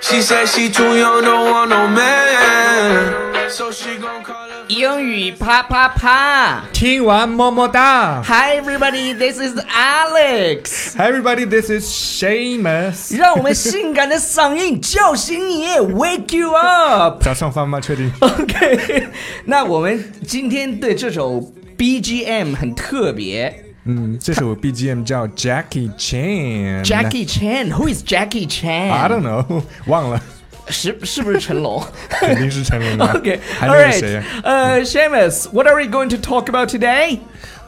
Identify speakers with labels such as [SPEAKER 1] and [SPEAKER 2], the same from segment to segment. [SPEAKER 1] She said she too young, don't want no man. So she gon' call her.
[SPEAKER 2] 英语啪啪啪
[SPEAKER 3] 听完么么哒
[SPEAKER 2] ！Hi everybody, this is Alex。
[SPEAKER 3] Hi everybody, this is Shamus。
[SPEAKER 2] 让我们性感的嗓音叫醒你，Wake you up。
[SPEAKER 3] 早上饭吗？确定？
[SPEAKER 2] OK，那我们今天对这首 BGM 很特别。
[SPEAKER 3] 嗯，这首 BGM 叫 Jackie Chan。
[SPEAKER 2] Jackie Chan，Who is Jackie
[SPEAKER 3] I
[SPEAKER 2] Chan？
[SPEAKER 3] don't know，忘了，
[SPEAKER 2] 是是不是成 龙
[SPEAKER 3] 肯定是成 龙的。
[SPEAKER 2] ？OK，
[SPEAKER 3] 还
[SPEAKER 2] all
[SPEAKER 3] 能有谁啊
[SPEAKER 2] right，呃、s h a m u s what are we going to talk about today？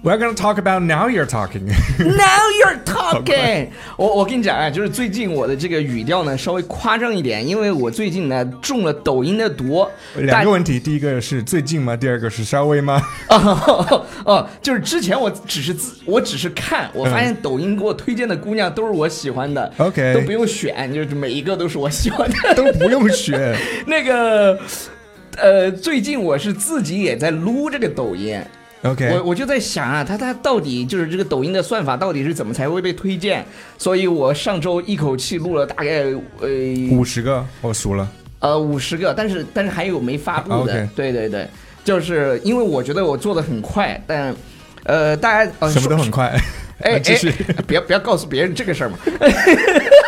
[SPEAKER 3] ？We're gonna talk about now you're talking 。
[SPEAKER 2] Now you're
[SPEAKER 3] 快
[SPEAKER 2] talking 我。我跟你讲啊，就是最近我的这个语调呢稍微夸张一点，因为我最近呢中了抖音的毒。
[SPEAKER 3] 两个问题，第一个是最近吗？第二个是稍微吗？
[SPEAKER 2] 哦哦，就是之前我只是自我只是看，我发现抖音给我推荐的姑娘都是我喜欢的
[SPEAKER 3] OK
[SPEAKER 2] 都不用选，就是每一个都是我喜欢的。
[SPEAKER 3] 都不用学。
[SPEAKER 2] 那个，呃，最近我是自己也在撸这个抖音。我
[SPEAKER 3] OK，
[SPEAKER 2] 我就在想啊，他他到底就是这个抖音的算法到底是怎么才会被推荐？所以我上周一口气录了大概呃
[SPEAKER 3] 五十个我数了。
[SPEAKER 2] 呃五十个，但是但是还有没发布的。
[SPEAKER 3] 啊 OK
[SPEAKER 2] 对对对，就是因为我觉得我做的很快，但呃大家、呃、
[SPEAKER 3] 什么都
[SPEAKER 2] 说
[SPEAKER 3] 很快。啊
[SPEAKER 2] 哎
[SPEAKER 3] 继
[SPEAKER 2] 哎
[SPEAKER 3] 续。，
[SPEAKER 2] 不要不要告诉别人这个事儿嘛。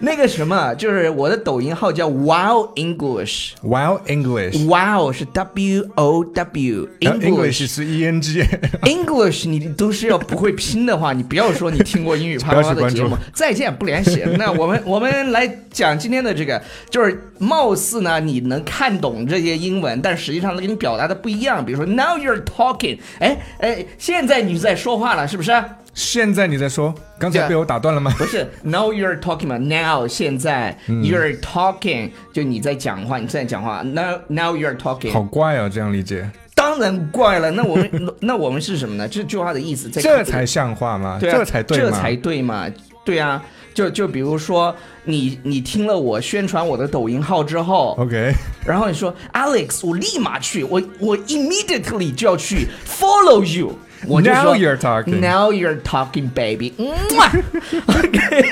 [SPEAKER 2] 那个什么，就是我的抖音号叫 Wow English。
[SPEAKER 3] Wow English。
[SPEAKER 2] Wow 是 W O W
[SPEAKER 3] 啊 English 是 E N G，
[SPEAKER 2] English，你都是要不会拼的话，你不要说你听过英语啪啪 啪
[SPEAKER 3] 不
[SPEAKER 2] 的
[SPEAKER 3] 要去
[SPEAKER 2] 节
[SPEAKER 3] 关
[SPEAKER 2] 目
[SPEAKER 3] 注。
[SPEAKER 2] 再见，不联系。 那我们我们来讲今天的这个，就是貌似呢你能看懂这些英文，但实际上呢跟你表达的不一样。比如说 Now you're talking，哎哎，现在你在说话了，是不是？
[SPEAKER 3] 现在你在说，刚才被我打断了吗？
[SPEAKER 2] 不是 Now you're talking 嘛？Now 现在
[SPEAKER 3] 嗯
[SPEAKER 2] you're talking，、就你在讲话，你在讲话。Now now you're talking，
[SPEAKER 3] 好怪哦，这样理解，
[SPEAKER 2] 当然怪了。那我们 那我们是什么呢？这句话的意思在
[SPEAKER 3] 这才像话嘛，
[SPEAKER 2] 对啊，
[SPEAKER 3] 这才对
[SPEAKER 2] 这
[SPEAKER 3] 嘛。
[SPEAKER 2] 才对嘛，对啊，就就比如说你你听了我宣传我的抖音号之后，
[SPEAKER 3] OK，
[SPEAKER 2] 然后你说 Alex，我立马去，我我 immediately 就要去 follow you，我就
[SPEAKER 3] Now
[SPEAKER 2] 说
[SPEAKER 3] you're talking
[SPEAKER 2] now you're talking baby，OK，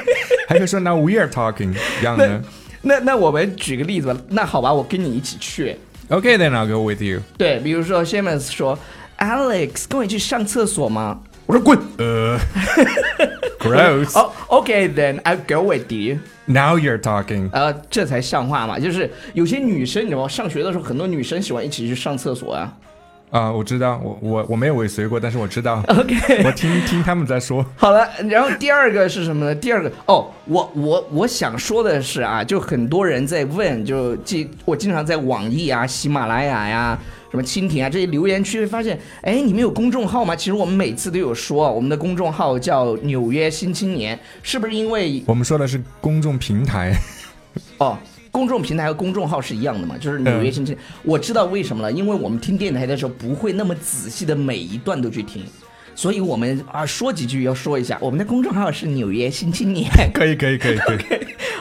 [SPEAKER 3] 还可以说 Now we are talking 一样的。
[SPEAKER 2] 那那我们举个例子吧，那好吧，我跟你一起去，
[SPEAKER 3] OK, then I'll go with you。
[SPEAKER 2] 对，比如说 Shamus 说 Alex，跟我一起上厕所吗？
[SPEAKER 3] 我说滚，呃，gross。
[SPEAKER 2] 哦、o k then I'll go with you。
[SPEAKER 3] Now you're talking。
[SPEAKER 2] 呃，这才像话嘛。就是有些女生，你知道吗？上学的时候，很多女生喜欢一起去上厕所啊。
[SPEAKER 3] 啊，我知道，我我我没有尾随过，但是我 知道，
[SPEAKER 2] OK，
[SPEAKER 3] 我听听他们在说。
[SPEAKER 2] 好了，然后第二个是什么呢？第二个哦，我我我想说的是啊，就很多人在问，就记我经常在网易啊、喜马拉雅呀、什么蜻蜓啊这些留言区会发现，哎，你们有公众号吗？其实我们每次都有说，我们的公众号叫《纽约新青年》，是不是因为
[SPEAKER 3] 我们说的是公众平 台，
[SPEAKER 2] 哦，公众平台和公众号是一样的嘛，就是纽约新青。我知道为什么了，因为我们听电台的时候不会那么仔细的每一段都去听，所以我们啊说几句要说一下，我们的公众号是纽约新青年。
[SPEAKER 3] 可以可以可以可以。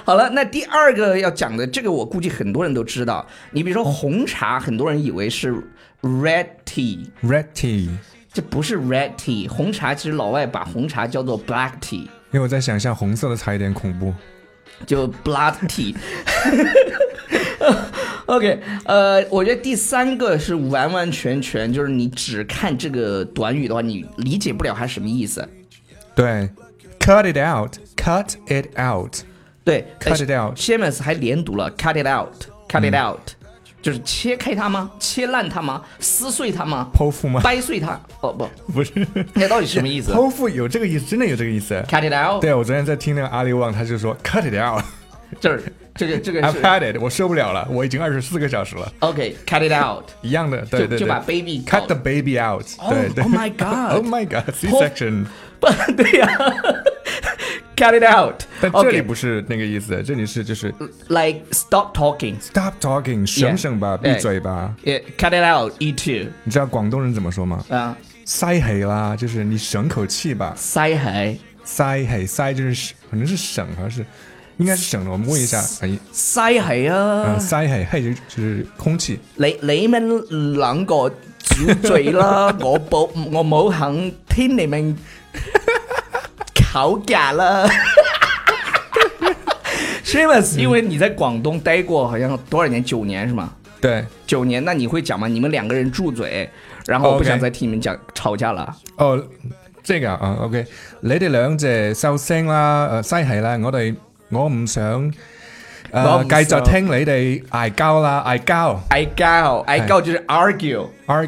[SPEAKER 2] 好了，那第二个要讲的这个，我估计很多人都知道。你比如说红茶，很多人以为是 red tea，
[SPEAKER 3] Red tea，
[SPEAKER 2] 这不是 red tea，红茶其实老外把红茶叫做 black tea。
[SPEAKER 3] 因为我在想象红色的茶有点恐怖。
[SPEAKER 2] 就 blood tea。OK，呃，我觉得第三个是完完全全就是你只看这个短语的话，你理解不了它什么意思。
[SPEAKER 3] 对，cut it out，cut it out，cut
[SPEAKER 2] 对
[SPEAKER 3] it out，嗯
[SPEAKER 2] out，Shamus 还连读了 cut it out，cut it out，、就是切开它吗？切烂它吗？撕碎它吗？
[SPEAKER 3] 剖腹吗？
[SPEAKER 2] 掰碎它？哦不，
[SPEAKER 3] 不是，
[SPEAKER 2] 那到底什么意思
[SPEAKER 3] 剖腹有这个意思，真的有这个意思。
[SPEAKER 2] ？cut it out，
[SPEAKER 3] 对，我昨天在听那个阿里旺，他就说 cut it out，I've
[SPEAKER 2] 就是这个这个是
[SPEAKER 3] had it，我受不了了，我已经二十四个小时了，
[SPEAKER 2] OK，cut、it out，
[SPEAKER 3] 一样的，对
[SPEAKER 2] 就
[SPEAKER 3] 对
[SPEAKER 2] 就把
[SPEAKER 3] 对
[SPEAKER 2] baby
[SPEAKER 3] ，cut the baby out，
[SPEAKER 2] Oh,
[SPEAKER 3] 对对
[SPEAKER 2] oh my god
[SPEAKER 3] ，Oh my God，C section，
[SPEAKER 2] 不对呀、c u t it out。
[SPEAKER 3] 但这里
[SPEAKER 2] OK
[SPEAKER 3] 不是那个意思，这里是就是
[SPEAKER 2] 嗯 like stop talking。
[SPEAKER 3] stop talking，省省吧，
[SPEAKER 2] 对
[SPEAKER 3] 闭嘴吧。
[SPEAKER 2] Yeah, cut it out, E you too.
[SPEAKER 3] 你知道广东人怎么说吗？
[SPEAKER 2] 啊、
[SPEAKER 3] 塞黑啦，就是你省口气吧。
[SPEAKER 2] 塞海，
[SPEAKER 3] 塞嘿塞就是省可能是省还是应该是省了，我们问一下。哎，
[SPEAKER 2] 塞海啊！
[SPEAKER 3] 嗯，塞嘿嘿就就是空气。
[SPEAKER 2] 你你们兩個住嘴啦！我冇我冇肯聽你 們吵架啦。
[SPEAKER 3] Shameless，
[SPEAKER 2] 因为你在广东待过好像多少年？九年是吗？
[SPEAKER 3] 对
[SPEAKER 2] 九年，那你会讲吗？你们两个人住嘴，然后我不
[SPEAKER 3] OK
[SPEAKER 2] 想再听你们讲吵架了。
[SPEAKER 3] 哦，即係㗎啊，OK，你哋兩隻收聲啦，誒嘥氣啦，我哋我唔想呃
[SPEAKER 2] 我
[SPEAKER 3] 誒
[SPEAKER 2] 唔
[SPEAKER 3] 繼續
[SPEAKER 2] 想
[SPEAKER 3] 聽你哋嗌交啦，嗌交
[SPEAKER 2] I go I go 就是 argue，
[SPEAKER 3] ，ar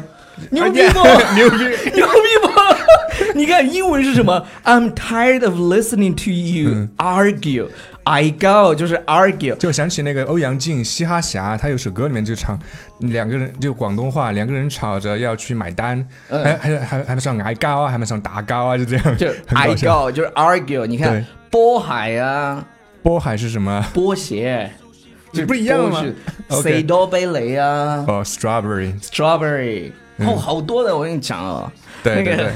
[SPEAKER 2] 牛逼不？
[SPEAKER 3] 哎 牛逼，
[SPEAKER 2] 牛逼不？你看英文是什么？I'm tired of listening to you
[SPEAKER 3] 嗯
[SPEAKER 2] argue。I go 就是 argue，
[SPEAKER 3] 就想起那个欧阳靖《嘻哈侠》，他有首歌里面就唱兩個人就廣東話，兩個人吵着要去買單，
[SPEAKER 2] 嗯
[SPEAKER 3] 還還還還咪上嗌交啊，還咪上打交啊，就這 樣，
[SPEAKER 2] 就
[SPEAKER 3] 很
[SPEAKER 2] I
[SPEAKER 3] 搞笑。
[SPEAKER 2] go 就是 argue。你看
[SPEAKER 3] 对
[SPEAKER 2] 波海啊，
[SPEAKER 3] 波海是什麼？
[SPEAKER 2] 波鞋，
[SPEAKER 3] 你不一样了吗
[SPEAKER 2] 谁
[SPEAKER 3] OK
[SPEAKER 2] 多贝雷啊
[SPEAKER 3] 哦，strawberry，
[SPEAKER 2] ，strawberry，哦，好多的，我跟你讲啊，
[SPEAKER 3] 对
[SPEAKER 2] 那个
[SPEAKER 3] 对對。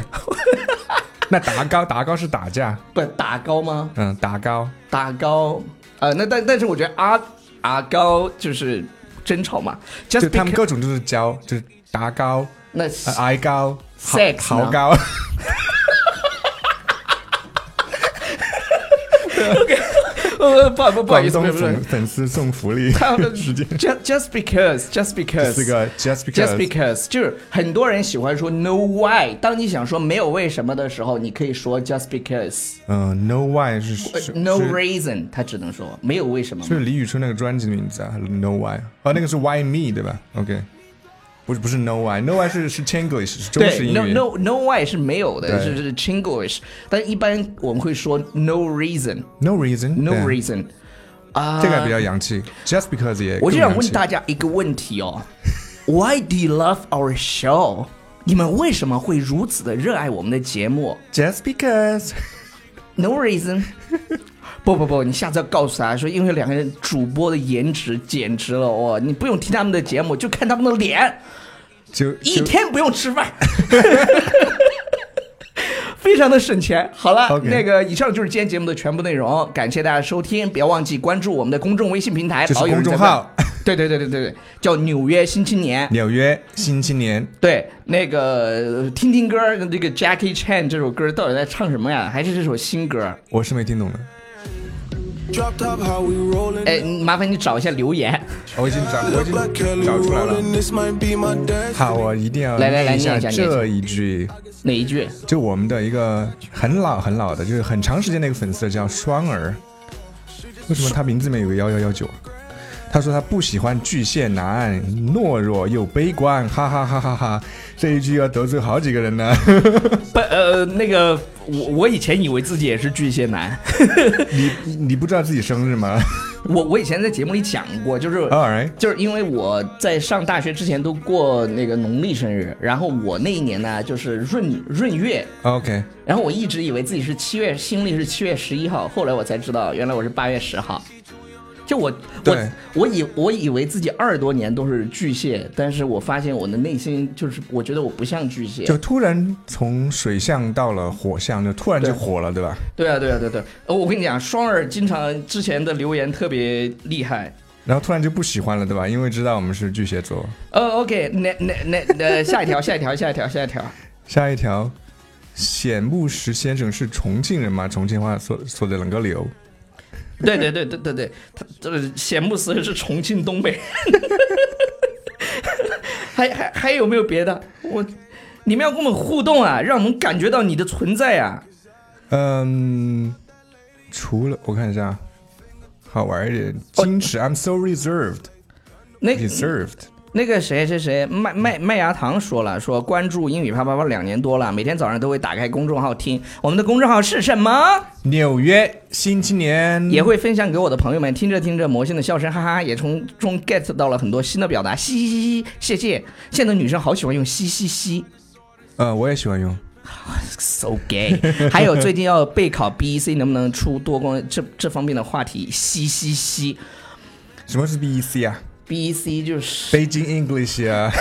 [SPEAKER 3] 那打交打交是打架，
[SPEAKER 2] 不打高吗？
[SPEAKER 3] 嗯，打交。
[SPEAKER 2] 打高，呃，那但但是我觉得阿阿高就是争吵嘛
[SPEAKER 3] 就
[SPEAKER 2] ，just
[SPEAKER 3] 他们
[SPEAKER 2] because
[SPEAKER 3] 各种就是教，就是打高、
[SPEAKER 2] 那
[SPEAKER 3] 呃挨高、嚎
[SPEAKER 2] Sex 呢
[SPEAKER 3] 嚎高。
[SPEAKER 2] 呃不不不好意
[SPEAKER 3] 广
[SPEAKER 2] 思，不
[SPEAKER 3] 东
[SPEAKER 2] 是不是
[SPEAKER 3] 粉，粉丝送福利，
[SPEAKER 2] 他们
[SPEAKER 3] 直接
[SPEAKER 2] just just because just because
[SPEAKER 3] 四个 just
[SPEAKER 2] Just
[SPEAKER 3] because
[SPEAKER 2] because 就是很多人喜欢说 no why。当你想说没有为什么的时候，你可以说 just because
[SPEAKER 3] 嗯，no why 是
[SPEAKER 2] 呃
[SPEAKER 3] 是
[SPEAKER 2] no
[SPEAKER 3] 是
[SPEAKER 2] reason，他只能说没有为什么嘛。
[SPEAKER 3] 是李宇春那个专辑的名字啊，no why 哦，那个是 why me 对吧？OK，不是不是 no why，no why 是是 Chinglish 是中式
[SPEAKER 2] 对
[SPEAKER 3] 英
[SPEAKER 2] ，no
[SPEAKER 3] 语。
[SPEAKER 2] no no why 是没有的，
[SPEAKER 3] 对
[SPEAKER 2] 是是 Chinglish，但一般我们会说 no reason
[SPEAKER 3] no reason
[SPEAKER 2] no
[SPEAKER 3] 对
[SPEAKER 2] reason 啊。
[SPEAKER 3] 这个比较洋气，just because 也
[SPEAKER 2] 我就想
[SPEAKER 3] 更洋
[SPEAKER 2] 问
[SPEAKER 3] 气
[SPEAKER 2] 大家一个问题哦，Why do you love our show？你们为什么会如此的热爱我们的节目？
[SPEAKER 3] just because
[SPEAKER 2] No reason 。 不不不，你下次要告诉他说，因为两个人主播的颜值简直了哦，你不用听他们的节目，就看他们的脸，
[SPEAKER 3] 就
[SPEAKER 2] 一
[SPEAKER 3] 就
[SPEAKER 2] 天不用吃 饭，非常的省钱。好了
[SPEAKER 3] OK
[SPEAKER 2] 那个以上就是今天节目的全部内容，感谢大家收听，不要忘记关注我们的公众微信平台，
[SPEAKER 3] 就是
[SPEAKER 2] 老有人
[SPEAKER 3] 公众
[SPEAKER 2] 在问
[SPEAKER 3] 号，
[SPEAKER 2] 对对对对对对，叫纽约新青年。
[SPEAKER 3] 纽约新青年
[SPEAKER 2] 对，那个呃听听歌，那个 Jackie Chan 这首歌到底在唱什么呀？还是这首新歌？
[SPEAKER 3] 我是没听懂的，
[SPEAKER 1] Drop top, how we rolling.
[SPEAKER 2] 哎，麻烦你找一下留言。
[SPEAKER 3] 哦我已经找我已
[SPEAKER 1] Look
[SPEAKER 3] 经
[SPEAKER 1] like
[SPEAKER 3] 找
[SPEAKER 1] Kelly
[SPEAKER 3] 出来了。
[SPEAKER 1] rolling. This might be my destiny.
[SPEAKER 3] 好，我一定要
[SPEAKER 2] 来来来
[SPEAKER 3] 念一下
[SPEAKER 2] 念一下念一下
[SPEAKER 3] 这一句，
[SPEAKER 2] 哪一句？
[SPEAKER 3] 就我们的一个很老很老的，就是很长时间的一个粉丝叫双儿，为什么他名字里面有个幺幺幺九？他说他不喜欢巨蟹男，懦弱又悲观，哈哈哈哈哈！这一句要得罪好几个人呢。
[SPEAKER 2] 不，呃，那个，我我以前以为自己也是巨蟹男，
[SPEAKER 3] 你你不知道自己生日吗
[SPEAKER 2] 我我以前在节目里讲过，就是。
[SPEAKER 3] ？All right，
[SPEAKER 2] 就是因为我在上大学之前都过那个农历生日，然后我那一年呢就是闰闰月，
[SPEAKER 3] OK，
[SPEAKER 2] 然后我一直以为自己是七月，新历是七月十一号，后来我才知道原来我是八月十号。就我我
[SPEAKER 3] 对
[SPEAKER 2] 我以我以为自己二十多年都是巨蟹，但是我发现我的内心就是我觉得我不像巨蟹，
[SPEAKER 3] 就突然从水象到了火象，就突然就
[SPEAKER 2] 对
[SPEAKER 3] 火了，对吧？
[SPEAKER 2] 对啊，对啊，对对。呃，我跟你讲，双儿经常之前的留言特别厉害。
[SPEAKER 3] 然后突然就不喜欢了，对吧？因为知道我们是巨蟹座。
[SPEAKER 2] 呃，OK，那那那那下一条，下一条，下一条，下一条。
[SPEAKER 3] 下一条，冼木石先生是重庆人吗？重庆话说说的啷个流？
[SPEAKER 2] 对对对对对对，他这个显木斯是重庆东北人。 还还还有没有别的？我，你们要跟我们互动啊，让我们感觉到你的存在啊。
[SPEAKER 3] 嗯，除了我看一下，好玩一点，矜持、i m so reserved,
[SPEAKER 2] 那
[SPEAKER 3] reserved。
[SPEAKER 2] 那个谁谁谁麦麦麦芽糖说了，说关注英语啪啪啪两年多了，每天早上都会打开公众号听。我们的公众号是什么？
[SPEAKER 3] 纽约新青年
[SPEAKER 2] 也会分享给我的朋友们。听着听着，魔性的笑声，哈哈，也从中 get 到了很多新的表达。嘻嘻嘻，谢谢。现在的女生好喜欢用嘻嘻嘻
[SPEAKER 3] 呃，我也喜欢用。
[SPEAKER 2] ，so gay。还有最近要备考 BEC，能不能出多功这这方面的话题？嘻嘻嘻
[SPEAKER 3] 什么是 BEC 啊？
[SPEAKER 2] ，BEC 就是
[SPEAKER 3] 北京 English 啊？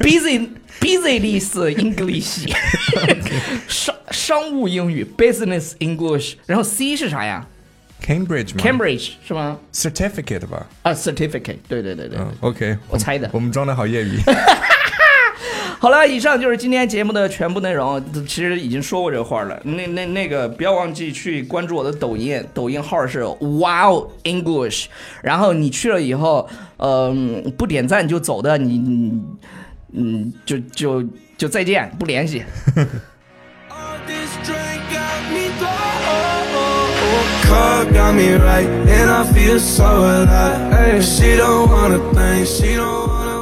[SPEAKER 2] busy business English，商 商务英语 business English。然后 C 是啥呀
[SPEAKER 3] Cambridge 吗
[SPEAKER 2] ？Cambridge 是吗？
[SPEAKER 3] Certificate 吧？
[SPEAKER 2] 啊
[SPEAKER 3] 嗯
[SPEAKER 2] ，certificate，对对对对。
[SPEAKER 3] 嗯，OK，
[SPEAKER 2] 我猜的
[SPEAKER 3] 我们装的好业余。
[SPEAKER 2] 好了，以上就是今天节目的全部内容。其实已经说过这话了，那那那个不要忘记去关注我的抖音，抖音号是 Wow English。然后你去了以后，嗯、不点赞就走的，你你嗯，就就就再见，不联系。
[SPEAKER 1] All this drink got me low. Cup got me right, and I feel so alive. She don't wanna think, she don't wanna.